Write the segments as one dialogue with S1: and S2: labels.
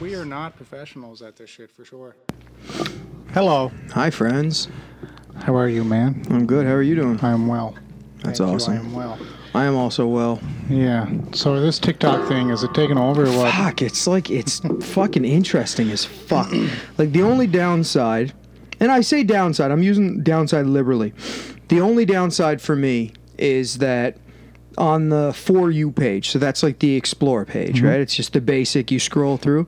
S1: We are not professionals at this shit for sure.
S2: Hello.
S3: Hi, friends.
S2: How are you, man?
S3: I'm good. How are you doing?
S2: I am well.
S3: That's
S2: Thank you,
S3: awesome.
S2: I am well.
S3: I am also well.
S2: Yeah. So this TikTok thing is it taking over or what?
S3: Fuck, it's like it's fucking interesting as fuck. Like the only downside, and I say downside, I'm using downside liberally. The only downside for me is that on the for you page, so that's like the explore page, right? It's just the basic you scroll through.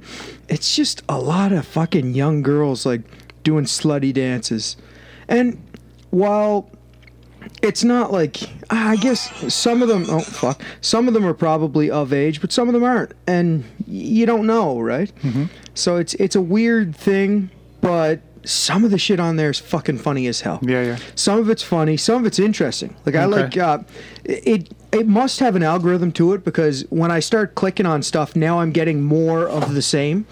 S3: It's just a lot of fucking young girls like doing slutty dances. And while it's not like ah, I guess some of them. Oh fuck! Some of them are probably of age, but some of them aren't, and y- you don't know, right? Mm-hmm. So it's it's a weird thing, but some of the shit on there is fucking funny as hell.
S2: Yeah, yeah.
S3: Some of it's funny, some of it's interesting. Like I
S2: Okay.
S3: like uh, it. It must have an algorithm to it because when I start clicking on stuff now, I'm getting more of the same.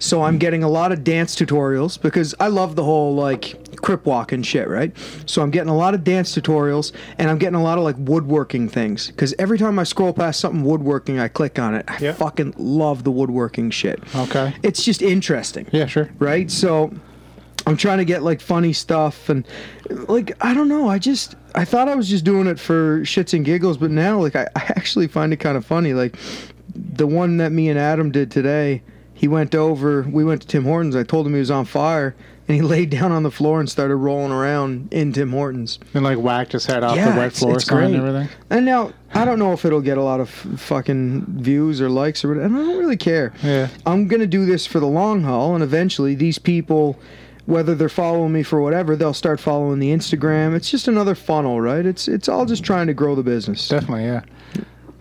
S3: So I'm getting a lot of dance tutorials because I love the whole like crip walk and shit, right? So I'm getting a lot of dance tutorials and I'm getting a lot of like woodworking things because every time I scroll past something woodworking, I click on it. I
S2: Yeah.
S3: fucking love the woodworking shit.
S2: Okay.
S3: It's just interesting
S2: Yeah, sure.
S3: right? So I'm trying to get like funny stuff and like I don't know. I just I thought I was just doing it for shits and giggles, but now like I, I actually find it kind of funny. Like the one that me and Adam did today, he went over. We went to Tim Hortons. I told him he was on fire, and he laid down on the floor and started rolling around in Tim Hortons.
S2: And like whacked his head off
S3: Yeah,
S2: the wet
S3: it's-
S2: floor
S3: it's
S2: sign and
S3: great.
S2: everything.
S3: And now I don't know if it'll get a lot of f- fucking views or likes or whatever. And I don't really care.
S2: Yeah.
S3: I'm gonna do this for the long haul, and eventually these people, whether they're following me for whatever, they'll start following the Instagram. It's just another funnel, right? It's it's all just trying to grow the business.
S2: Definitely, yeah.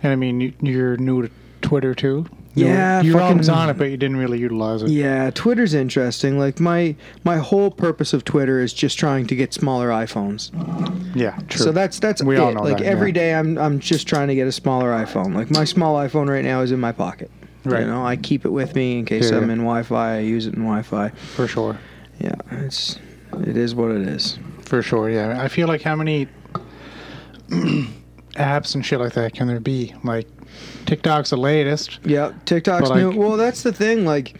S2: And I mean, you- you're new to Twitter too. You were-
S3: Yeah,
S2: you were always
S3: fucking-
S2: on it, but you didn't really utilize it.
S3: Yeah, Twitter's interesting. Like my my whole purpose of Twitter is just trying to get smaller iPhones.
S2: Yeah, true.
S3: So that's that's
S2: We
S3: it.
S2: all know
S3: like
S2: that,
S3: every
S2: yeah.
S3: day I'm I'm just trying to get a smaller iPhone. Like my small iPhone right now is in my pocket.
S2: Right.
S3: You know, I keep it with me in case
S2: Yeah,
S3: I'm
S2: yeah.
S3: in Wi-Fi. I use it in Wi-Fi.
S2: for sure.
S3: Yeah, it's it is what it is.
S2: For sure, yeah. I feel like how many apps and shit like that can there be? Like TikTok's the latest.
S3: Yeah, TikTok's
S2: But,
S3: new.
S2: like-
S3: Well, that's the thing. Like,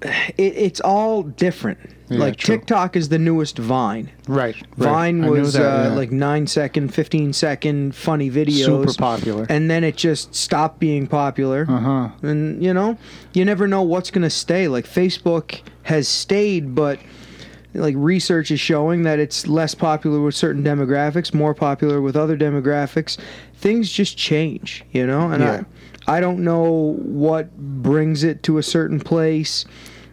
S3: it, it's all different.
S2: Yeah,
S3: like
S2: true.
S3: TikTok is the newest Vine.
S2: Right.
S3: Vine
S2: right. I knew
S3: was
S2: that,
S3: uh,
S2: yeah.
S3: like nine second, fifteen second funny videos.
S2: super popular.
S3: And then it just stopped being popular.
S2: Uh huh.
S3: And you know, you never know what's going to stay. Like Facebook has stayed, but like research is showing that it's less popular with certain demographics, more popular with other demographics. Things just change, you know? And
S2: Yeah.
S3: I I don't know what brings it to a certain place.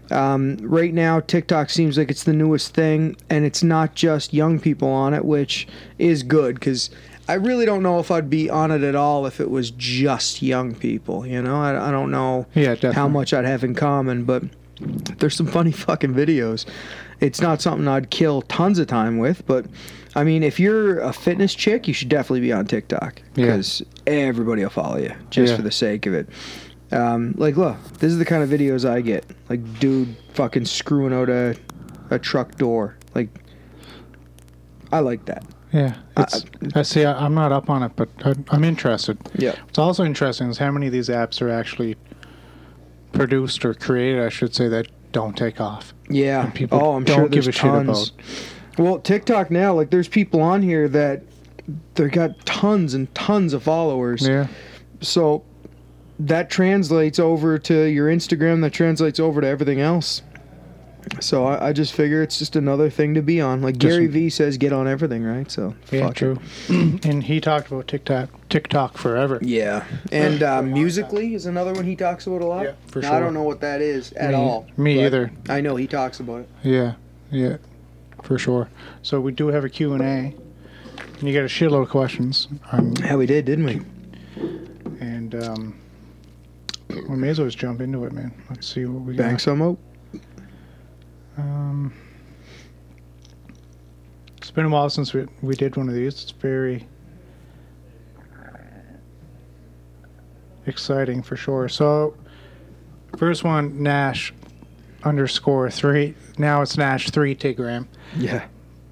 S3: Um, right now, TikTok seems like it's the newest thing, and it's not just young people on it, which is good because I really don't know if I'd be on it at all if it was just young people. You know, I, I don't know
S2: Yeah, definitely.
S3: how much I'd have in common, but there's some funny fucking videos. It's not something I'd kill tons of time with, but I mean, if you're a fitness chick, you should definitely be on TikTok
S2: Yeah.
S3: because everybody will follow you just
S2: Yeah.
S3: for the sake of it. Um, like, look, this is the kind of videos I get. Like, dude, fucking screwing out a, a truck door. Like, I like that.
S2: Yeah. It's, I see. I, I'm not up on it, but I, I'm interested.
S3: Yeah.
S2: What's also interesting is how many of these apps are actually produced or created, I should say, that don't take off.
S3: Yeah.
S2: And people
S3: oh, I'm
S2: don't
S3: sure
S2: give
S3: there's
S2: a shit
S3: tons.
S2: about.
S3: Well, TikTok now, like, there's people on here that they got tons and tons of followers.
S2: Yeah.
S3: So that translates over to your Instagram. That translates over to everything else. So I, I just figure it's just another thing to be on. Like
S2: Just-
S3: Gary Vee says, get on everything, right? So
S2: Yeah,
S3: fuck it.
S2: true. and he talked about TikTok, TikTok forever.
S3: Yeah, and uh, musically is another one he talks about a lot.
S2: Yeah, for
S3: Now, I
S2: sure.
S3: don't know what that is at
S2: Me-
S3: all.
S2: me
S3: but
S2: either.
S3: I know he talks about it.
S2: Yeah, yeah, for sure. So we do have a Q and A, and you got a shitload of questions, um,
S3: Yeah, we did, didn't we?
S2: and and um, we may as well just jump into it, man. Let's see what we
S3: Bang
S2: got.
S3: some up.
S2: Um, it's been a while since we we did one of these. It's very exciting for sure. So, first one, Nash underscore three. Now it's Nash three Tigram.
S3: Yeah.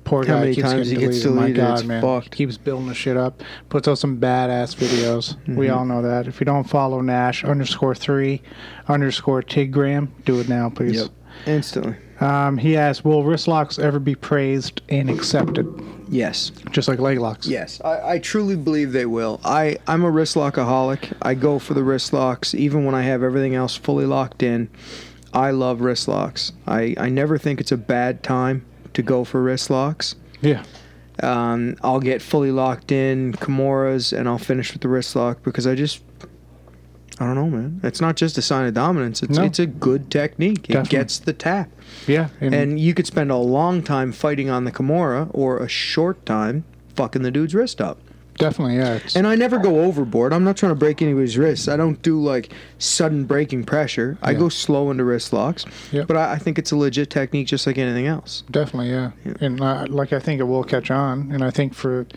S2: Poor
S3: How
S2: guy
S3: many
S2: keeps
S3: times
S2: getting
S3: he gets
S2: deleted.
S3: deleted,
S2: My God,
S3: it's
S2: man,
S3: fucked.
S2: He keeps building the shit up. Puts out some badass videos.
S3: Mm-hmm.
S2: We all know that. If you don't follow Nash underscore three underscore Tigram, do it now, please.
S3: Yep. Instantly.
S2: Um, he asked, "Will wrist locks ever be praised and accepted,
S3: Yes.
S2: just like leg locks?"
S3: Yes, I, I truly believe they will. I, I'm a wrist lockaholic. I go for the wrist locks even when I have everything else fully locked in. I love wrist locks. I, I never think it's a bad time to go for wrist locks.
S2: Yeah.
S3: Um, I'll get fully locked in Kimuras and I'll finish with the wrist lock because I just, I don't know, man. It's not just a sign of dominance. It's
S2: No.
S3: it's a good technique. It
S2: Definitely.
S3: gets the tap,
S2: Yeah. And,
S3: and you could spend a long time fighting on the Kimura or a short time fucking the dude's wrist up.
S2: definitely, yeah. It's,
S3: And I never go overboard. I'm not trying to break anybody's wrists. I don't do like sudden breaking pressure. I
S2: Yeah.
S3: go slow into wrist locks.
S2: Yep.
S3: But I, I think it's a legit technique just like anything else.
S2: definitely, yeah. And uh, like, I think it will catch on. And I think for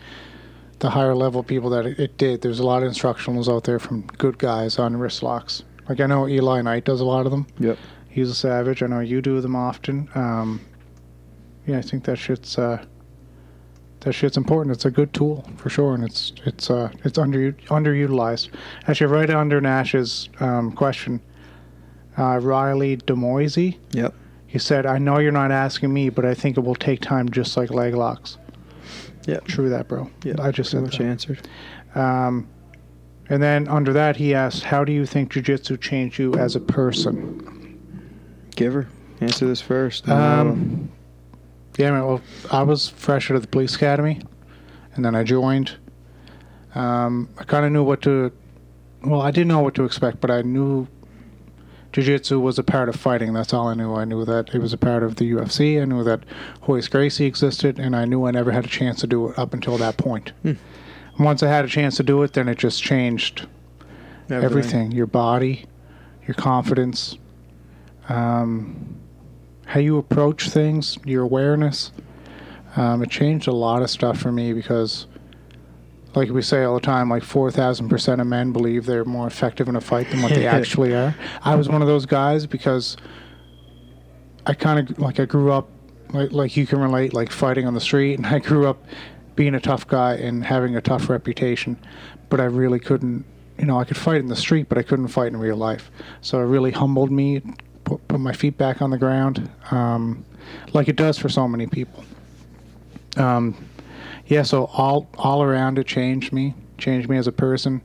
S2: the higher level people that it, it did, there's a lot of instructionals out there from good guys on wrist locks. Like I know Eli Knight does a lot of them.
S3: Yep.
S2: He's a savage. I know you do them often. Um, yeah, I think that shit's uh, that shit's important. It's a good tool for sure, and it's it's uh, it's under underutilized. Actually, right under Nash's um, question, uh, Riley Demoisey,
S3: Yep.
S2: he said, "I know you're not asking me, but I think it will take time, just like leg locks."
S3: Yeah.
S2: True that, bro.
S3: Yeah.
S2: I
S3: Pretty
S2: just said
S3: much
S2: that.
S3: answered.
S2: Um, and then under that, he asked, "How do you think jujitsu changed you as a person?"
S3: Give her. Answer this first.
S2: Um, yeah, man. Well, I was fresh out of the police academy, and then I joined. Um, I kind of knew what to. Well, I didn't know what to expect, but I knew jiu-jitsu was a part of fighting. That's all I knew. I knew that it was a part of the UFC. I knew that Hoist Gracie existed, and I knew I never had a chance to do it up until that point. Once I had a chance to do it, then it just changed everything your body your confidence um, how you approach things your awareness um, it changed a lot of stuff for me because like we say all the time like 4000% of men believe they're more effective in a fight than what they actually are i was one of those guys because i kind of like i grew up like, like you can relate like fighting on the street and i grew up being a tough guy and having a tough reputation but i really couldn't you know i could fight in the street but i couldn't fight in real life so it really humbled me put, put my feet back on the ground um, like it does for so many people um, yeah so all all around it changed me changed me as a person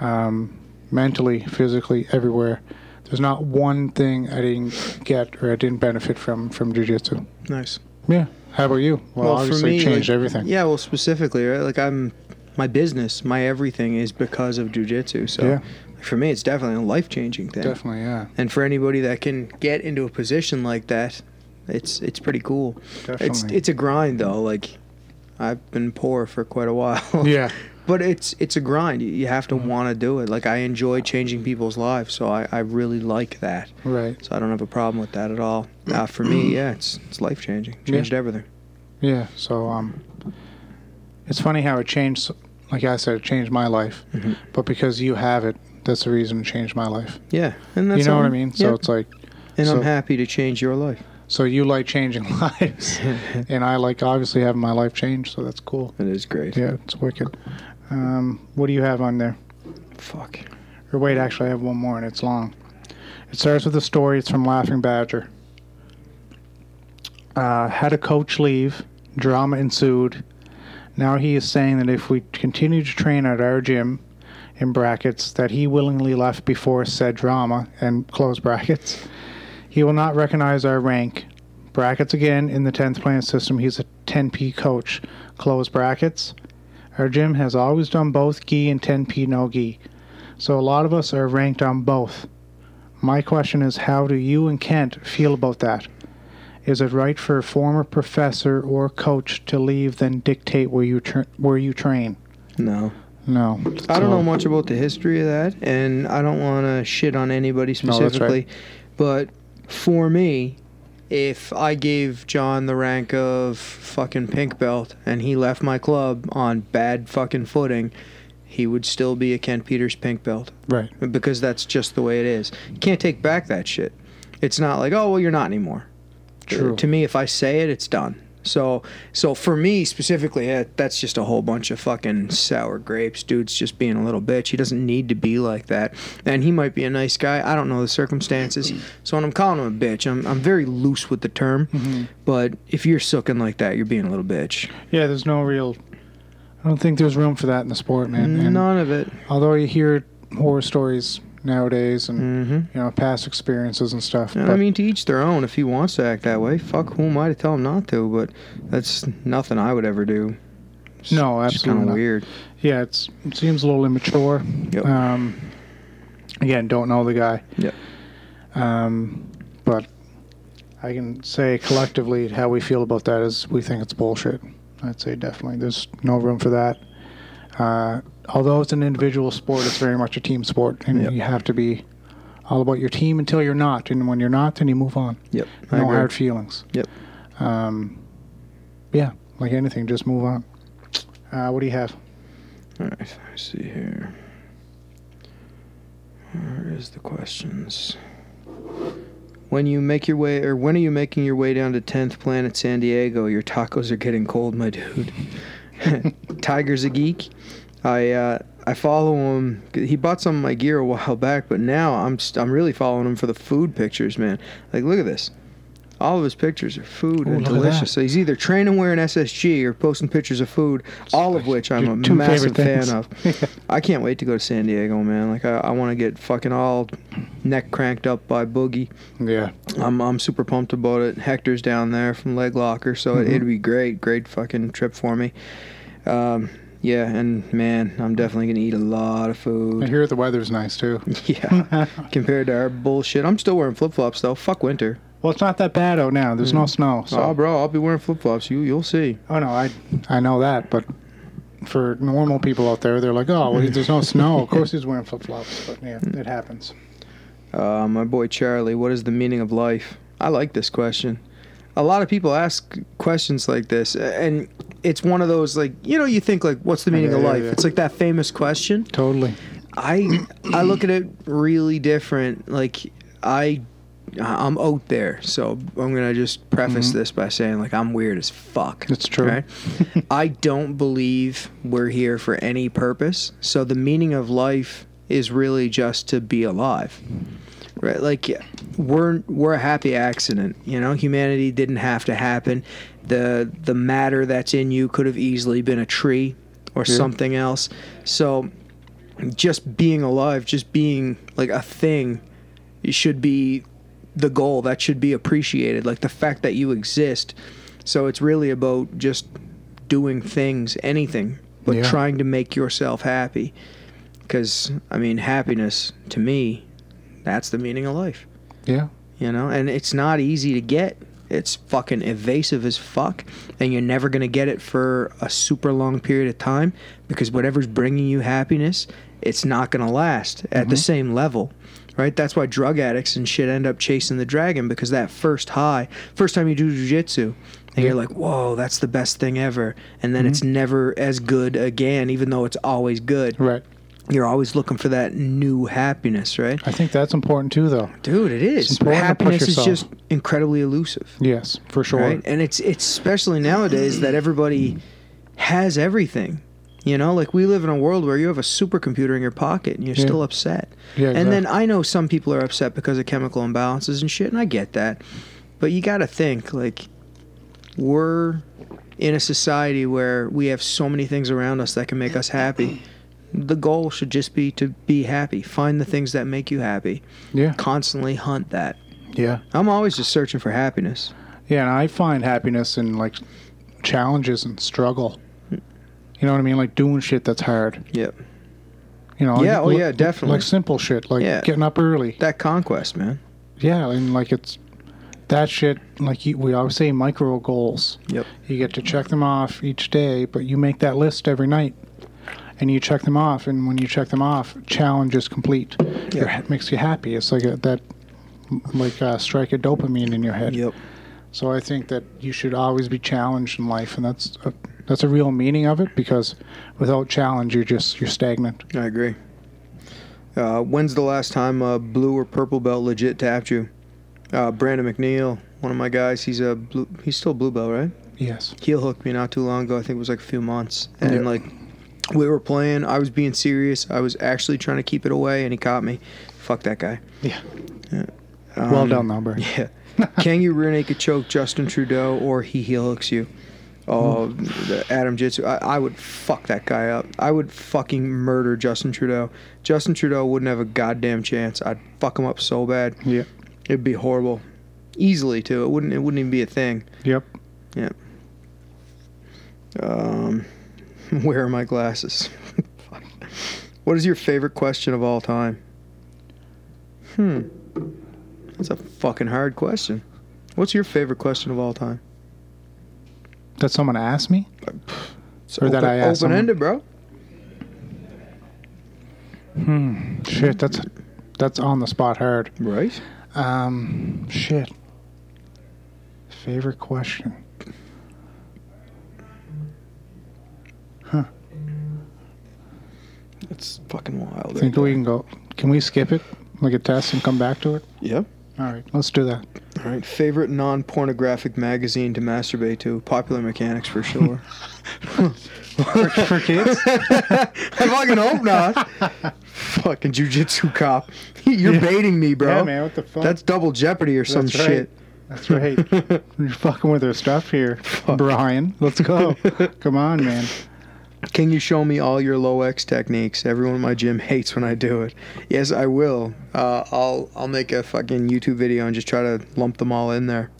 S2: um, mentally physically everywhere there's not one thing i didn't get or i didn't benefit from from jiu-jitsu
S3: Nice.
S2: yeah how about you well, obviously it changed
S3: like-
S2: everything
S3: Yeah, well, specifically, right? Like, I'm my business, my everything is because of jujitsu. So,
S2: Yeah.
S3: for me, it's definitely a life changing thing.
S2: definitely yeah
S3: And for anybody that can get into a position like that, it's it's pretty cool.
S2: definitely
S3: It's it's a grind though. Like I've been poor for quite a while.
S2: yeah Mm-hmm.
S3: But it's it's a grind. You- You have to want to do it. Like I enjoy changing people's lives, so I, I really like that.
S2: right
S3: So I don't have a problem with that at all. Uh, for me, yeah, it's it's life changing.
S2: Yeah.
S3: Changed everything.
S2: Yeah. So um, it's funny how it changed. Like I said, it changed my life.
S3: Mhm.
S2: But because you have it, that's the reason it changed my life.
S3: Yeah, and that's
S2: you know
S3: all.
S2: what I mean? So
S3: Yeah.
S2: it's like,
S3: and
S2: so-
S3: I'm happy to change your life.
S2: so you like changing lives, and I like obviously having my life changed. So that's cool.
S3: It is great.
S2: Yeah, it's wicked. Um, what do you have on there?
S3: Fuck.
S2: Or wait, actually, I have one more, and it's long. It starts with a story. It's from Laughing Badger. Uh, had a coach leave. Drama ensued. Now he is saying that if we continue to train at our gym, in brackets, that he willingly left before said drama, and close brackets, he will not recognize our rank. Brackets again, in the 10th plan system, he's a 10P coach. Close brackets. Our gym has always done both gi and 10P no gi. So a lot of us are ranked on both. My question is how do you and Kent feel about that? Is it right for a former professor or coach to leave then dictate where you tra- where you train?
S3: No.
S2: No.
S3: I don't
S2: So-
S3: know much about the history of that, and I don't want to shit on anybody
S2: No, that's
S3: specifically.
S2: right.
S3: But for me, if I gave John the rank of fucking pink belt and he left my club on bad fucking footing, he would still be a Kent Peters pink belt
S2: Right.
S3: because that's just the way it is. You can't take back that shit. It's not like, oh, well, you're not anymore.
S2: True.
S3: To me, if I say it, it's done. So, so for me specifically, eh, that's just a whole bunch of fucking sour grapes. Dude's just being a little bitch. He doesn't need to be like that. And he might be a nice guy. I don't know the circumstances. So when I'm calling him a bitch, I'm, I'm very loose with the term.
S2: Mm-hmm.
S3: But if you're sucking like that, you're being a little bitch.
S2: Yeah, there's no real. I don't think there's room for that in the sport, man. And
S3: None of it.
S2: although you hear horror stories nowadays and
S3: Mm-hmm.
S2: you know past experiences and stuff,
S3: And
S2: but
S3: I mean, to each their own. If he wants to act that way, fuck, who am I to tell him not to? But that's nothing I would ever do. It's
S2: No,
S3: just kinda
S2: absolutely not.
S3: weird.
S2: yeah, it's it seems a little immature.
S3: Yep.
S2: Um, again, don't know the guy.
S3: Yep.
S2: Um, but I can say collectively how we feel about that is we think it's bullshit. I'd say definitely there's no room for that. Uh, although it's an individual sport, it's very much a team sport, and
S3: Yep.
S2: you have to be all about your team until you're not. And when you're not, then you move on.
S3: Yep. I
S2: No
S3: agree.
S2: hard feelings.
S3: Yep.
S2: Um, yeah, like anything, just move on. Uh, what do you have?
S3: All right. Let's see here. Where is the questions? When you make your way, or when are you making your way down to 10th Planet San Diego? Your tacos are getting cold, my dude. Tiger's a geek. I uh, I follow him. He bought some of my gear a while back, but now I'm st- I'm really following him for the food pictures, man. Like, look at this. All of his pictures are food
S2: Ooh,
S3: and
S2: look at that.
S3: delicious. So he's either training wearing SSG or posting pictures of food, all of which I'm
S2: Your
S3: a
S2: two
S3: massive
S2: favorite
S3: fan of.
S2: things.
S3: I can't wait to go to San Diego, man. Like, I, I want to get fucking all neck cranked up by Boogie.
S2: yeah.
S3: I'm I'm super pumped about it. Hector's down there from Leg Locker, so
S2: Mm-hmm.
S3: it, it'd be great, great fucking trip for me. Um, yeah, and man, I'm definitely gonna eat a lot of
S2: I
S3: food.
S2: hear the weather's nice too.
S3: yeah, compared to our bullshit, I'm still wearing flip flops though. Fuck winter.
S2: Well, it's not that bad out now. There's no snow. So.
S3: oh, bro, I'll be wearing flip flops. You you'll see.
S2: Oh no, I I know that, but for normal people out there, they're like, oh, well, there's no snow. Of course, he's wearing flip flops, but yeah,
S3: Mm.
S2: it happens.
S3: Uh, my boy Charlie, what is the meaning of life? I like this question. A lot of people ask questions like this, a- and it's one of those like you know you think like what's the meaning of
S2: Yeah, yeah,
S3: life?
S2: yeah.
S3: It's like that famous question.
S2: Totally.
S3: I I look at it really different. Like I I'm out there, so I'm gonna just preface this by saying like I'm weird as fuck.
S2: It's true.
S3: I don't believe we're here for any purpose. So the meaning of life is really just to be alive. Right? Like we're we're a happy accident, you know? Humanity didn't have to happen. The the matter that's in you could have easily been a tree or something else. So just being alive, just being like a thing, it should be the goal. That should be appreciated. Like the fact that you exist. So it's really about just doing things, anything, but
S2: Yeah.
S3: trying to make yourself happy. Because, I mean, happiness to me, that's the meaning of life,
S2: Yeah.
S3: you know? And it's not easy to get. It's fucking evasive as fuck, and you're never gonna get it for a super long period of time because whatever's bringing you happiness, it's not gonna last at the same level, right? That's why drug addicts and shit end up chasing the dragon because that first high, first time you do jujitsu, and you're like, whoa, that's the best thing ever, and then it's never as good again, even though it's always good.
S2: Right.
S3: You're always looking for that new happiness, right?
S2: I think that's important too, though.
S3: Dude, it is.
S2: It's important to push
S3: Happiness is
S2: yourself.
S3: just incredibly elusive
S2: Yes, for sure.
S3: right? And it's it's especially nowadays that everybody has everything. You know, like we live in a world where you have a supercomputer in your pocket and you're
S2: Yeah.
S3: still upset.
S2: Yeah,
S3: And then
S2: exactly.
S3: I know some people are upset because of chemical imbalances and shit, and I get that. But you got to think like we're in a society where we have so many things around us that can make us happy. The goal should just be to be happy. Find the things that make you happy.
S2: Yeah.
S3: Constantly hunt that.
S2: Yeah.
S3: I'm always just searching for happiness.
S2: Yeah, and I find happiness in like challenges and struggle. You know what I mean? Like doing shit that's hard.
S3: Mm. Yep.
S2: You know.
S3: Yeah,
S2: like-
S3: oh, yeah, definitely.
S2: Like simple shit, like
S3: Yeah.
S2: getting up early.
S3: That conquest, man.
S2: Yeah, and like it's that shit. Like you, we always say, micro goals.
S3: Yep.
S2: You get to check them off each day, but you make that list every night. and you check them off. And when you check them off, challenge is complete. Your
S3: Yeah.
S2: It makes you happy. It's like a, that, like uh strike of dopamine in your head.
S3: Yep.
S2: So I think that you should always be challenged in life, and that's a, that's a real meaning of it. Because without challenge, you're just you're stagnant.
S3: I agree. Uh, when's the last time a blue or purple belt legit tapped you? Uh, Brandon McNeil, one of my guys. He's a blue, he's still blue belt, right?
S2: Yes.
S3: Heel hooked me not too long ago. I think it was like a few months, and
S2: Yeah.
S3: like we were playing. I was being serious. I was actually trying to keep it away, and he caught me. Fuck that guy.
S2: Yeah.
S3: Um,
S2: Well done, number.
S3: Yeah. Can you rear naked choke Justin Trudeau or he heel hooks you? Oh, the Adam Jitsu. I, I would fuck that guy up. I would fucking murder Justin Trudeau. Justin Trudeau wouldn't have a goddamn chance. I'd fuck him up so bad.
S2: Yeah.
S3: It'd be horrible. Easily too. It wouldn't. It wouldn't even be a thing.
S2: Yep.
S3: Um, where are my glasses? Fuck. what is your favorite question of all time? Hmm. That's a fucking hard question. What's your favorite question of all time?
S2: That someone asked me.
S3: It's
S2: Or that I asked someone.
S3: Open ended, bro.
S2: Hmm. Shit. That's that's on the spot hard.
S3: Right.
S2: Um. Shit. Favorite question.
S3: That's fucking wild.
S2: Think we can go? Can we skip it? Like a test and come back to it.
S3: Yep.
S2: All right. Let's do that.
S3: All right. Favorite non-pornographic magazine to masturbate to? Popular Mechanics for sure.
S2: For, for kids.
S3: I fucking hope not. fucking jujitsu cop. You're baiting me, bro.
S2: Yeah, man. What the fuck?
S3: That's double jeopardy or some
S2: That's right.
S3: shit.
S2: That's right. You're fucking with our stuff here, Brian. Let's go. Come on, man.
S3: Can you show me all your low X techniques? Everyone in my gym hates when I do it. Yes, I will. Uh, I'll I'll make a fucking YouTube video and just try to lump them all in there.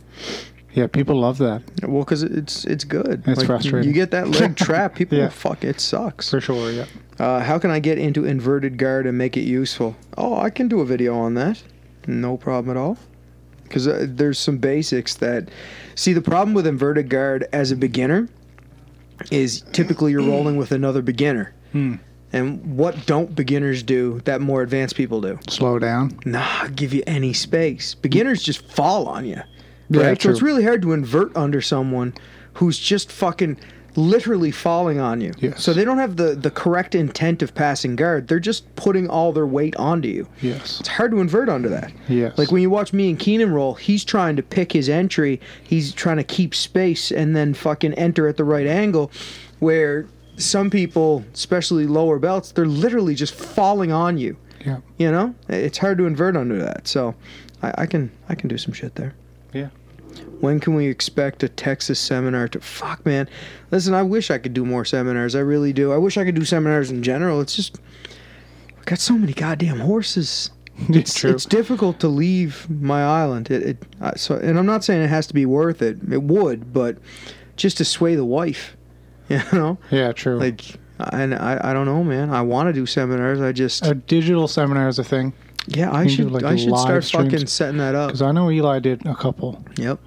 S2: Yeah, people love that
S3: Well, because it's it's good.
S2: It's frustrating.
S3: You get that leg trap, people
S2: Yeah.
S3: fuck it sucks.
S2: for sure. Yeah.
S3: Uh, how can I get into inverted guard and make it useful? Oh, I can do a video on that. No problem at all. Because uh, there's some basics that. See, the problem with inverted guard as a beginner is typically you're rolling with another beginner.
S2: Hmm.
S3: And what don't beginners do that more advanced people do?
S2: Slow down.
S3: Nah, give you any space. Beginners just fall on you.
S2: Yeah,
S3: Right? so it's
S2: true.
S3: really hard to invert under someone who's just fucking literally falling on you.
S2: Yes.
S3: So they don't have the, the correct intent of passing guard. They're just putting all their weight onto you.
S2: Yes.
S3: It's hard to invert under that.
S2: Yes.
S3: Like when you watch me and Keenan roll, he's trying to pick his entry. He's trying to keep space and then fucking enter at the right angle. Where some people, especially lower belts, they're literally just falling on you.
S2: Yeah.
S3: You know, it's hard to invert under that. So, I, I can I can do some shit there.
S2: Yeah.
S3: When can we expect a Texas seminar to fuck man? Listen, I wish I could do more seminars. I really do. I wish I could do seminars in general. It's just we got so many goddamn horses.
S2: It's true.
S3: It's difficult to leave my island. It, it uh, so, and I'm not saying it has to be worth it. It would, but just to sway the wife, you know,
S2: yeah, true.
S3: like, and I, I don't know, man. I want to do seminars. I just,
S2: a digital seminar is a thing
S3: yeah, I
S2: can do,
S3: should,
S2: like,
S3: I should
S2: live
S3: start
S2: streams.
S3: fucking setting that up.
S2: because I know Eli did a couple.
S3: Yep.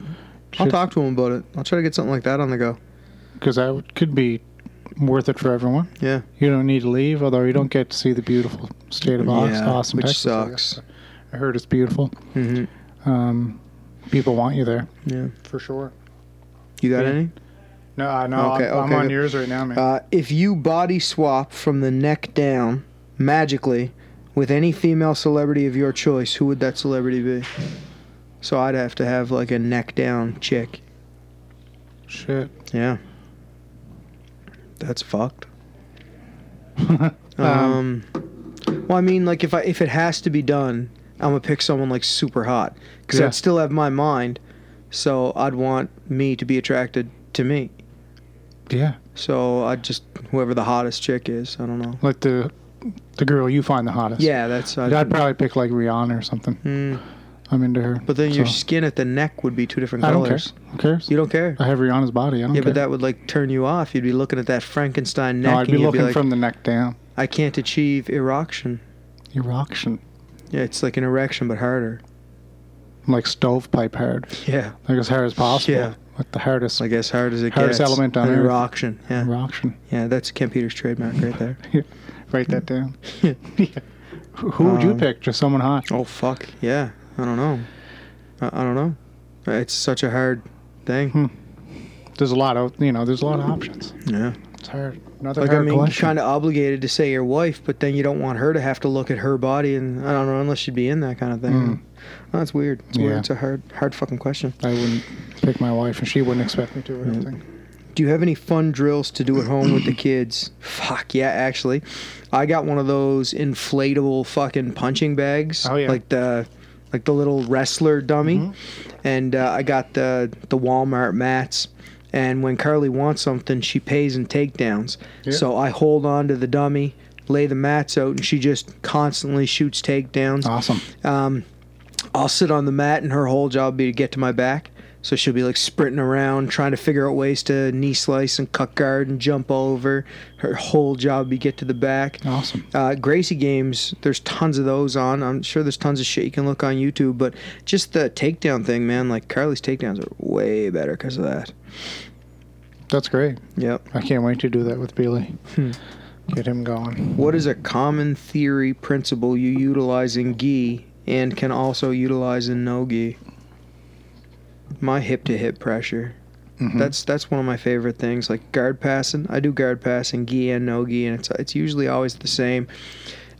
S3: I'll talk to him about it. I'll try to get something like that on the go.
S2: because that would- could be worth it for everyone.
S3: Yeah.
S2: You don't need to leave, although you don't get to see the beautiful state of Aus-
S3: Yeah,
S2: Austin,
S3: which
S2: Texas, I guess.
S3: sucks.
S2: I heard it's beautiful.
S3: Mm-hmm.
S2: Um, people want you there
S3: Yeah.
S2: for sure.
S3: You got
S2: Yeah.
S3: any?
S2: No, I know.
S3: Okay,
S2: I'm, I'm
S3: okay,
S2: on
S3: good.
S2: yours right now, man.
S3: Uh, if you body swap from the neck down magically with any female celebrity of your choice, who would that celebrity be? So I'd have to have like a neck down chick.
S2: Shit.
S3: Yeah. That's fucked.
S2: Um,
S3: Um, well, I mean, like if I if it has to be done, I'm gonna pick someone like super hot because
S2: Yeah.
S3: I'd still have my mind. So I'd want me to be attracted to me.
S2: yeah,
S3: So I'd just whoever the hottest chick is. I don't know.
S2: like the the girl you find the hottest.
S3: Yeah, that's. I'd,
S2: I'd probably pick like Rihanna or something.
S3: Mm,
S2: I'm into her.
S3: but then your
S2: so-
S3: skin at the neck would be two different
S2: I don't care.
S3: colors.
S2: Who cares?
S3: You don't care.
S2: I have Rihanna's body. I don't
S3: Yeah,
S2: care.
S3: but that would like turn you off. You'd be looking at that Frankenstein neck,
S2: no, I'd
S3: and
S2: be
S3: you'd
S2: looking
S3: be like,
S2: from the neck down.
S3: "I can't achieve erection."
S2: Erection,
S3: Yeah, it's like an erection but harder.
S2: like stovepipe hard,
S3: Yeah,
S2: like as hard as possible.
S3: Yeah.
S2: Like the hardest
S3: I guess hard as it
S2: Hardest
S3: gets.
S2: element on
S3: An
S2: Earth.
S3: auction. Yeah.
S2: auction.
S3: Yeah, that's Ken Peters' trademark right there.
S2: Write that down. Who who would you
S3: Um,
S2: pick? Just someone hot.
S3: oh fuck. Yeah. I don't know. I, I don't know. It's such a hard thing.
S2: Hmm. There's a lot of you know. There's a lot of options.
S3: Yeah.
S2: It's hard. Another
S3: Like I
S2: hard
S3: mean, you're
S2: question.
S3: kind of obligated to say your wife, but then you don't want her to have to look at her body, and I don't know unless she'd be in that kind of thing.
S2: Mm.
S3: No, it's weird. It's weird.
S2: Yeah.
S3: It's a hard, hard fucking question.
S2: I wouldn't pick my wife, and she wouldn't expect me to. I don't
S3: Yeah.
S2: think.
S3: Do you have any fun drills to do at home with the kids? Fuck yeah, actually, I got one of those inflatable fucking punching bags.
S2: Oh, yeah.
S3: like the, like the little wrestler dummy,
S2: Mhm.
S3: and uh, I got the the Walmart mats. And when Carly wants something, she pays in takedowns.
S2: Yeah.
S3: So I hold on to the dummy, lay the mats out, and she just constantly shoots takedowns.
S2: Awesome.
S3: Um, I'll sit on the mat, and her whole job will be to get to my back. So she'll be like sprinting around, trying to figure out ways to knee slice and cut guard and jump over. Her whole job will be get to the back.
S2: Awesome.
S3: Uh, Gracie games, there's tons of those on. I'm sure there's tons of shit you can look on YouTube, but just the takedown thing, man. Like Carly's takedowns are way better because of that.
S2: That's great.
S3: Yep.
S2: I can't wait to do that with Bailey.
S3: Hmm.
S2: Get him going.
S3: What is a common theory principle you utilize in gi and can also utilize in no gi? My hip to hip pressure.
S2: Mhm.
S3: That's that's one of my favorite things. Like guard passing, I do guard passing, gi and no gi, and it's it's usually always the same.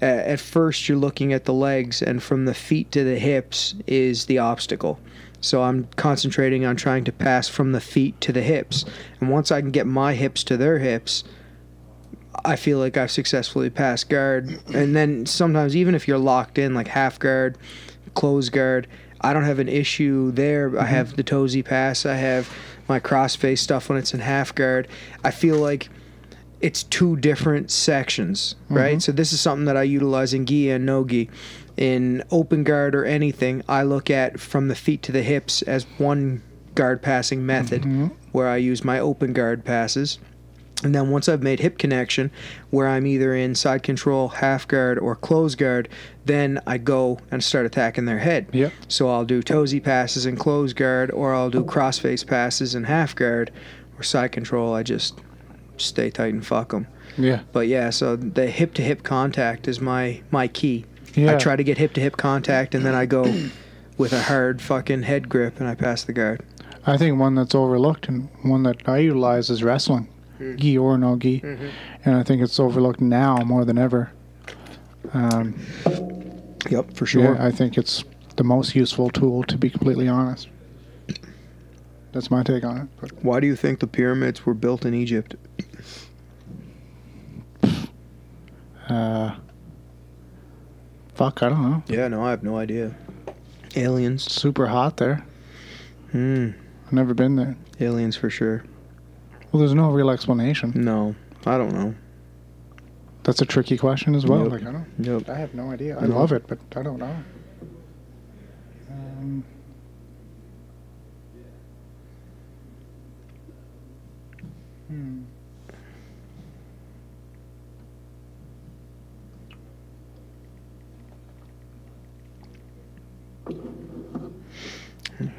S3: A- At first, you're looking at the legs, and from the feet to the hips is the obstacle. So I'm concentrating on trying to pass from the feet to the hips, and once I can get my hips to their hips, I feel like I've successfully passed guard. And then sometimes, even if you're locked in, like half guard, close guard, I don't have an issue there. I have the toesy pass. I have my cross face stuff when it's in half guard. I feel like it's two different sections, right? So this is something that I utilize in gi and no gi. In open guard or anything, I look at from the feet to the hips as one guard passing method
S2: Mm-hmm.
S3: where I use my open guard passes. And then once I've made hip connection, where I'm either in side control, half guard, or close guard, then I go and start attacking their head.
S2: Yep.
S3: So I'll do toesy passes and close guard, or I'll do crossface passes and half guard, or side control. I just stay tight and fuck them.
S2: Yeah.
S3: But yeah, so the hip to hip contact is my my key.
S2: Yeah.
S3: I try to get hip to hip contact, and then I go with a hard fucking head grip, and I pass the guard.
S2: I think one that's overlooked and one that I utilize is wrestling,
S3: Hmm.
S2: gi or no gi, and I think it's overlooked now more than ever. Um,
S3: Yep, for
S2: yeah, I think it's the most useful tool. To be completely honest, that's my take on it. But
S3: Why do you think the pyramids were built in Egypt?
S2: uh, fuck, I don't know.
S3: Yeah, no, I have no idea. Aliens.
S2: It's super hot there.
S3: Hmm.
S2: I've never been there.
S3: Aliens for sure.
S2: Well, there's no real explanation.
S3: No, I don't know.
S2: That's a tricky question as well.
S3: Yep.
S2: Like I don't,
S3: Nope.
S2: I have no idea. I
S3: No.
S2: love it, but I don't know. Um, hmm.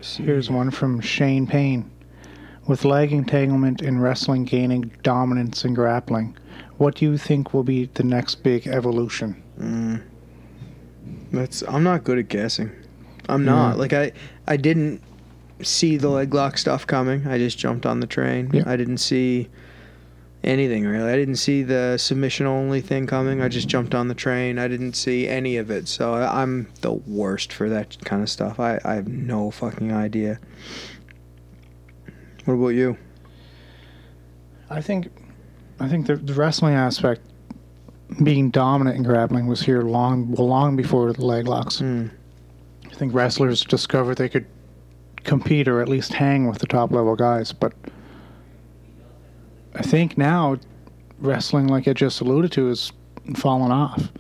S2: Here's one from Shane Payne. With leg entanglement in wrestling gaining dominance in grappling, what do you think will be the next big evolution?
S3: Mm. That's. I'm not good at guessing. I'm not.
S2: Yeah.
S3: Like I. I didn't see the leg lock stuff coming. I just jumped on the train.
S2: Yeah.
S3: I didn't see anything really. I didn't see the submission only thing coming. I just jumped on the train. I didn't see any of it. So I, I'm the worst for that kind of stuff. I, I have no fucking idea. What about you?
S2: I think, I think the, the wrestling aspect, being dominant in grappling, was here long, well, long before the leg locks.
S3: Mm.
S2: I think wrestlers discovered they could compete or at least hang with the top level guys, but I think now wrestling, like I just alluded to, is falling off.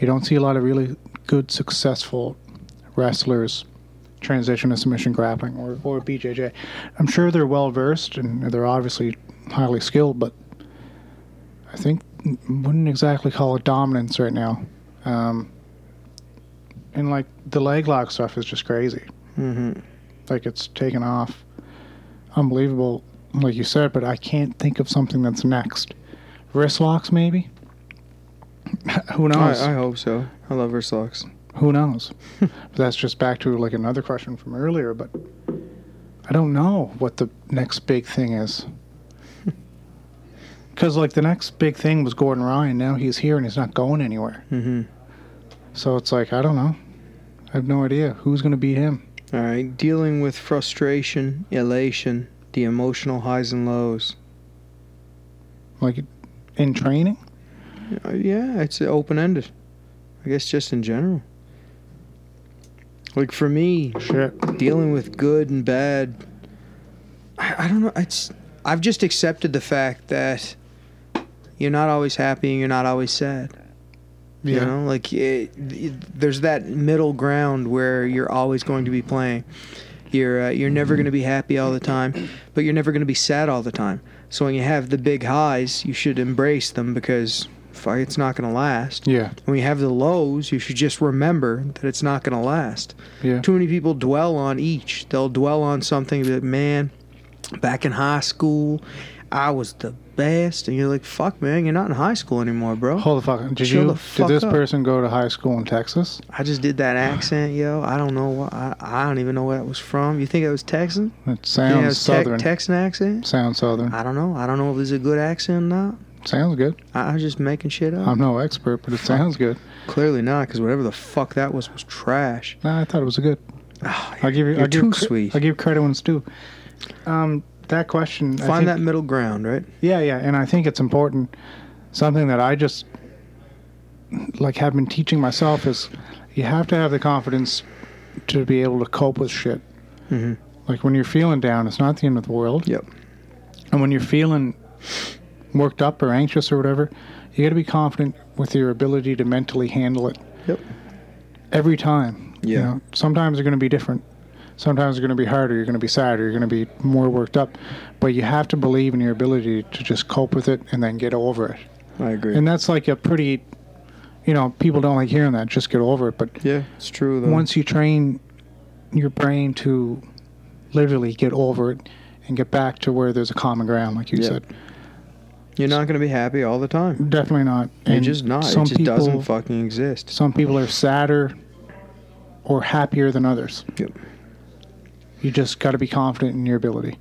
S2: You don't see a lot of really good, successful wrestlers transition to submission grappling or, or BJJ. I'm sure they're well versed and they're obviously highly skilled, but I think wouldn't exactly call it dominance right now. Um, and like the leg lock stuff is just crazy.
S3: hmm
S2: Like it's taken off unbelievable, like you said, but I can't think of something that's next. Wrist locks, maybe? Who knows?
S3: I, I hope so. I love wrist locks.
S2: Who knows? But that's just back to like another question from earlier, but I don't know what the next big thing is. Because like the next big thing was Gordon Ryan. Now he's here and he's not going anywhere.
S3: Mm-hmm.
S2: So it's like, I don't know. I have no idea who's going to beat him.
S3: All right, dealing with frustration, elation, the emotional highs and lows.
S2: Like in training?
S3: Uh, Yeah, it's open ended. I guess just in general. Like for me,
S2: Shit.
S3: dealing with good and bad. I, I don't know. It's I've just accepted the fact that you're not always happy and you're not always sad. You know, like it, it- there's that middle ground where you're always going to be playing. You're uh, you're never going to be happy all the time, but you're never going to be sad all the time. So when you have the big highs, you should embrace them because fuck, it's not going to last.
S2: Yeah.
S3: When you have the lows, you should just remember that it's not going to last
S2: Yeah.
S3: too many people dwell on each. They'll dwell on something that man, back in high school, I was the best, and you're like, fuck, man, you're not in high school anymore, bro.
S2: Hold the fuck. Did
S3: Chill
S2: you?
S3: the fuck
S2: did this
S3: up.
S2: person go to high school in Texas?
S3: I just did that accent, yo. I don't know what I, I don't even know where that was from. You think it was Texan?
S2: It
S3: You
S2: sounds
S3: think it was Tex-
S2: southern.
S3: Texan accent?
S2: sounds southern.
S3: I don't know. I don't know if it's a good accent or not.
S2: sounds good.
S3: I, I'm just making shit up.
S2: I'm no expert, but it sounds good.
S3: Clearly not, because whatever the fuck that was was trash.
S2: Nah, I thought it was good.
S3: Ah,
S2: I'll give you.
S3: You're
S2: I'll give
S3: too
S2: cre-
S3: sweet.
S2: I'll give credit when it's due. Um, that question. I
S3: Find
S2: think-
S3: that middle ground, right?
S2: Yeah, yeah, and I think it's important. Something that I just like have been teaching myself is you have to have the confidence to be able to cope with shit.
S3: Mm-hmm.
S2: Like when you're feeling down, it's not the end of the world.
S3: Yep.
S2: And when you're feeling worked up or anxious or whatever, you got to be confident with your ability to mentally handle it.
S3: Yep.
S2: Every time.
S3: Yeah.
S2: sometimes they're going to be different. Sometimes they're going to be harder. You're going to be sadder. You're going to be more worked up. But you have to believe in your ability to just cope with it and then get over it.
S3: I agree.
S2: And that's like a pretty, you know, people don't like hearing that. Just get over it. But
S3: yeah, it's true though.
S2: once you train your brain to literally get over it and get back to where there's a common ground, like you
S3: Yeah.
S2: said,
S3: You're not going to be happy all the time.
S2: definitely not.
S3: You're
S2: And
S3: just not. It
S2: Some
S3: just
S2: people,
S3: doesn't fucking exist.
S2: some people are sadder or happier than others.
S3: Yep.
S2: You just got to be confident in your ability.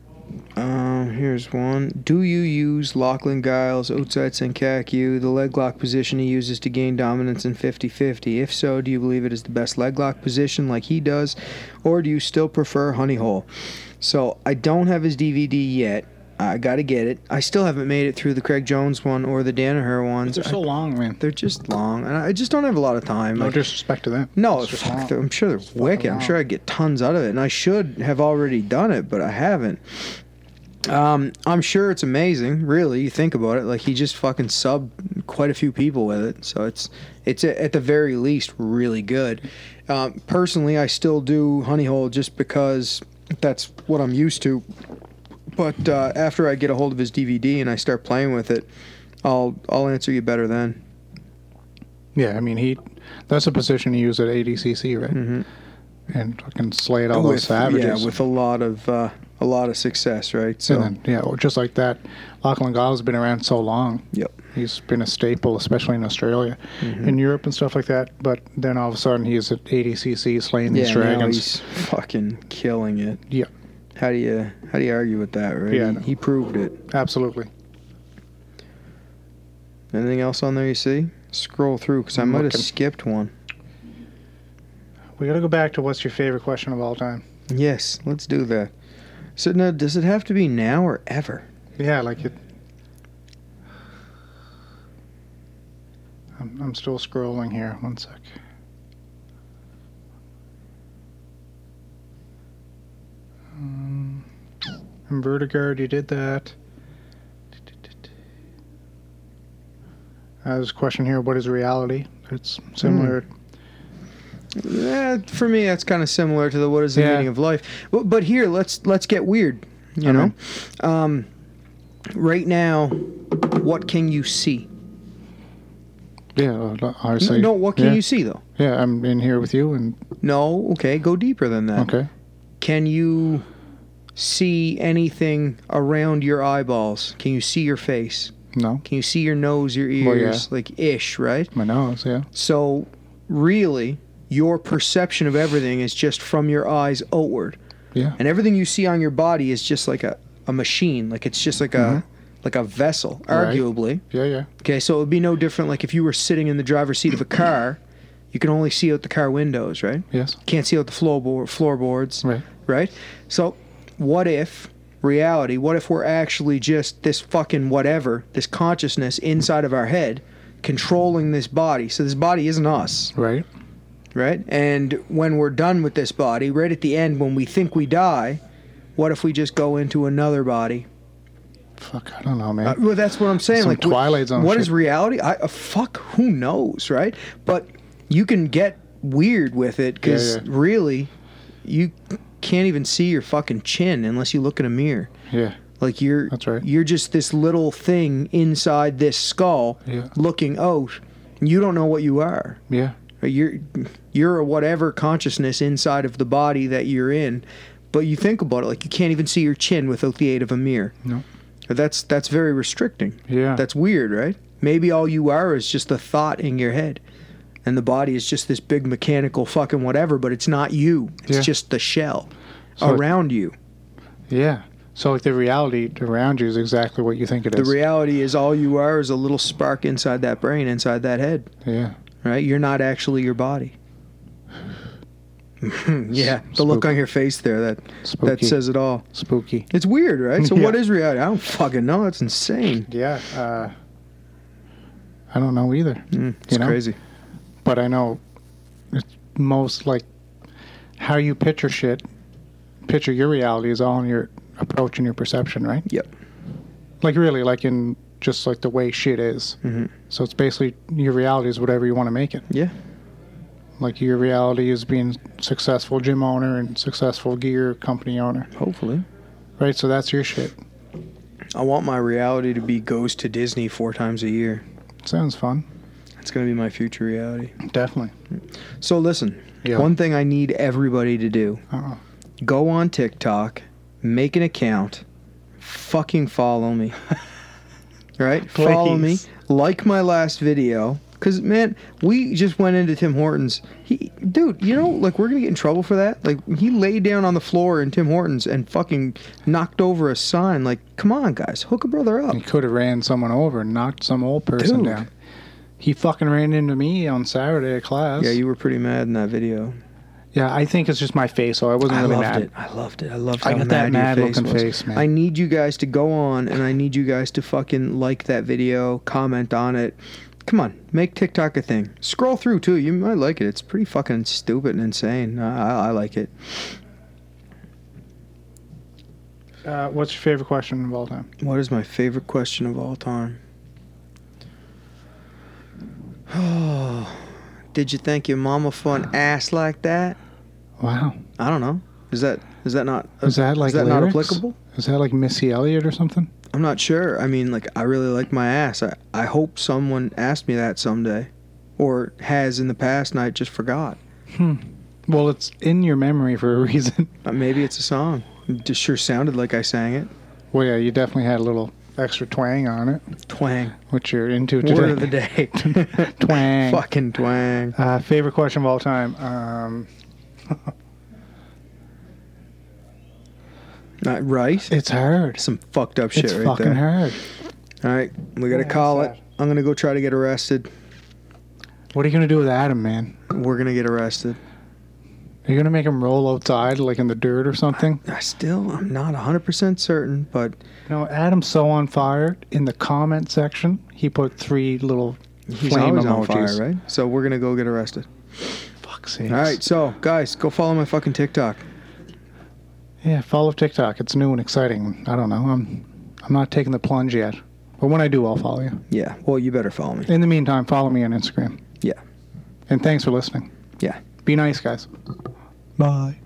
S3: Um, here's one. Do you use Lachlan Giles, Utsets, and Kaku, the leg lock position he uses to gain dominance in 50 50? If so, do you believe it is the best leg lock position like he does, or do you still prefer Honey Hole? So, I don't have his DVD yet. I gotta get it. I still haven't made it through the Craig Jones one or the Danaher ones.
S2: They're so long, man.
S3: I- they're just long, and I just don't have a lot of time.
S2: No
S3: Like,
S2: disrespect to them.
S3: No,
S2: It's just
S3: fuck,
S2: long.
S3: they're- I'm sure they're wicked. I'm
S2: wrong.
S3: sure I get tons out of it, and I should have already done it, but I haven't. Um, I'm sure it's amazing. Really, you think about it, like he just fucking subbed quite a few people with it, so it's it's a, at the very least really good. Um, personally, I still do Honey Hole just because that's what I'm used to. But uh, after I get a hold of his DVD and I start playing with it, I'll I'll answer you better then.
S2: Yeah, I mean he. That's a position he used at ADCC, right?
S3: Mm-hmm.
S2: And fucking slayed all those
S3: with,
S2: savages.
S3: Yeah, with a lot of uh, a lot of success, right? So
S2: and then, yeah, well, just like that, Lachlan Giles has been around so long.
S3: Yep. Hmm.
S2: He's been a staple, especially in Australia,
S3: mm-hmm.
S2: in Europe and stuff like that. But then all of a sudden, he's at ADCC slaying
S3: yeah,
S2: these
S3: now
S2: dragons.
S3: he's fucking killing it.
S2: Yeah.
S3: How do you how do you argue with that, right?
S2: Yeah, I
S3: He-
S2: know.
S3: he proved it.
S2: Absolutely.
S3: Anything else on there you see? Scroll through because I
S2: I'm
S3: might have
S2: looking.
S3: skipped one.
S2: We got to go back to what's your favorite question of all time?
S3: Yes, let's do that. So now, does it have to be now or ever?
S2: Yeah, like it. I'm, I'm still scrolling here. One sec. Um, and Vertigard, you did that. Uh, there's a question here. What is reality? It's similar.
S3: Yeah, for me, that's kind of similar to the what is the
S2: Yeah.
S3: meaning of life. But, but here, let's let's get weird. You
S2: I
S3: know, um, right now, what can you see?
S2: Yeah, uh, I I
S3: No,
S2: say.
S3: no, what can
S2: yeah,
S3: you see though?
S2: Yeah, I'm in here with you, and Uh.
S3: No, okay, go deeper than that.
S2: okay.
S3: Can you see anything around your eyeballs? Can you see your face?
S2: No,
S3: Can you see your nose, your ears?
S2: Well, yeah.
S3: Like ish, right?
S2: my nose. Yeah.
S3: So, really, your perception of everything is just from your eyes outward,
S2: Yeah.
S3: and everything you see on your body is just like a, a machine. Like it's just like a like a vessel,
S2: Mm-hmm. Right.
S3: arguably.
S2: Yeah. Yeah.
S3: Okay, so it would be no different. Like if you were sitting in the driver's seat of a car, you can only see out the car windows, right?
S2: Yes.
S3: Can't see out the floorboard, floorboards,
S2: Right.
S3: right? So, what if reality? What if we're actually just this fucking whatever, this consciousness inside of our head, controlling this body? So this body isn't us,
S2: Right.
S3: right? And when we're done with this body, right at the end, when we think we die, what if we just go into another body?
S2: Fuck. I don't know, man.
S3: Uh, well, that's what I'm saying.
S2: Some
S3: like wh-
S2: Twilight Zone
S3: what is
S2: shit.
S3: reality? I uh, fuck, who knows, right? But you can get weird with it because
S2: Yeah, yeah.
S3: really, you can't even see your fucking chin unless you look in a mirror.
S2: yeah.
S3: Like you're,
S2: That's right.
S3: You're just this little thing inside this skull,
S2: Yeah.
S3: looking out. You don't know what you are.
S2: Yeah.
S3: Right? You're, you're a whatever consciousness inside of the body that you're in. But you think about it, like you can't even see your chin without the aid of a mirror.
S2: No.
S3: That's that's very restricting.
S2: Yeah.
S3: That's weird, right? Maybe all you are is just the thought in your head. And the body is just this big mechanical fucking whatever, but it's not you. It's
S2: Yeah.
S3: just the shell
S2: So it-
S3: around you.
S2: yeah. So like the reality around you is exactly what you think it
S3: The
S2: is.
S3: reality is all you are is a little spark inside that brain, inside that head,
S2: yeah.
S3: right? You're not actually your body. yeah, the look
S2: Spook-
S3: on your face there that that
S2: Spooky.
S3: says it all.
S2: Spooky.
S3: It's weird, right? So
S2: Yeah.
S3: what is reality? I don't fucking know. That's insane.
S2: Yeah. Uh, I don't know either.
S3: Mm, it's
S2: You know?
S3: crazy.
S2: but I know it's most like how you picture shit, picture your reality is all in your approach and your perception, right?
S3: Yep.
S2: Like really, like in just like the way shit is.
S3: Mhm.
S2: So it's basically your reality is whatever you want to make it.
S3: Yeah.
S2: Like your reality is being successful gym owner and successful gear company owner,
S3: Hopefully.
S2: right? So that's your shit.
S3: I want my reality to be goes to Disney four times a year.
S2: Sounds fun.
S3: That's gonna be my future reality.
S2: Definitely.
S3: So listen,
S2: Yeah.
S3: one thing I need everybody to do:
S2: Uh-uh.
S3: go on TikTok, make an account, fucking follow me. right? Follow me,
S4: Please.
S3: like my last video. Cause man, we just went into Tim Hortons. He, dude, you know, like we're gonna get in trouble for that. Like he laid down on the floor in Tim Hortons and fucking knocked over a sign. Like, come on, guys, hook a brother up.
S2: He could have ran someone over, knocked some old person
S3: Dude.
S2: down. He fucking ran into me on Saturday at class.
S3: Yeah, you were pretty mad in that video.
S2: Yeah, I think it's just my face, so I wasn't
S3: I
S2: really
S3: loved
S2: mad.
S3: it. I loved it. I loved
S2: I
S3: how
S2: got that
S3: mad your
S2: mad-looking
S3: was.
S2: face, man.
S3: I need you guys to go on and I need you guys to fucking like that video, comment on it. Come on, make TikTok a thing. Scroll through too. You might like it. It's pretty fucking stupid and insane. I, I, I like it.
S2: Uh, what's your favorite question of all time?
S3: What is my favorite question of all time? Oh, did you thank your mama for an ass like that?
S2: Wow.
S3: I don't know. Is that is that not
S2: Is that like
S3: is that not
S2: lyrics?
S3: applicable?
S2: Is that like Missy Elliott or something?
S3: I'm not sure. I mean, like, I really like my ass. I, I hope someone asked me that someday or has in the past and I just forgot. Hmm.
S2: Well, it's in your memory for a reason.
S3: But maybe it's a song. It just sure sounded like I sang it.
S2: well, yeah, you definitely had a little extra twang on it,
S3: Twang.
S2: which you're into today.
S3: Word of the day.
S2: twang.
S3: Fucking twang.
S2: Uh, favorite question of all time. Um,
S3: Not right.
S2: it's hard.
S3: Some fucked up shit
S2: it's
S3: right
S2: fucking
S3: there.
S2: hard.
S3: All right, we gotta
S2: Yeah,
S3: call it.
S2: that's
S3: I'm gonna go try to get arrested.
S2: What are you gonna do with Adam, man?
S3: We're gonna get arrested.
S2: Are you gonna make him roll outside, like in the dirt or something?
S3: I still, I'm not 100% certain, but
S2: No, Adam's so on fire. In the comment section, he put three little
S3: he's
S2: flame
S3: always
S2: emojis.
S3: on fire, right? So we're gonna go get arrested.
S2: Fuck's sakes.
S3: All right, so guys, go follow my fucking TikTok.
S2: Yeah, follow TikTok. It's new and exciting. I don't know. I'm I'm not taking the plunge yet. But when I do, I'll follow you.
S3: Yeah. Well, you better follow me.
S2: In the meantime, follow me on Instagram.
S3: Yeah.
S2: And thanks for listening.
S3: Yeah.
S2: Be nice, guys. Bye.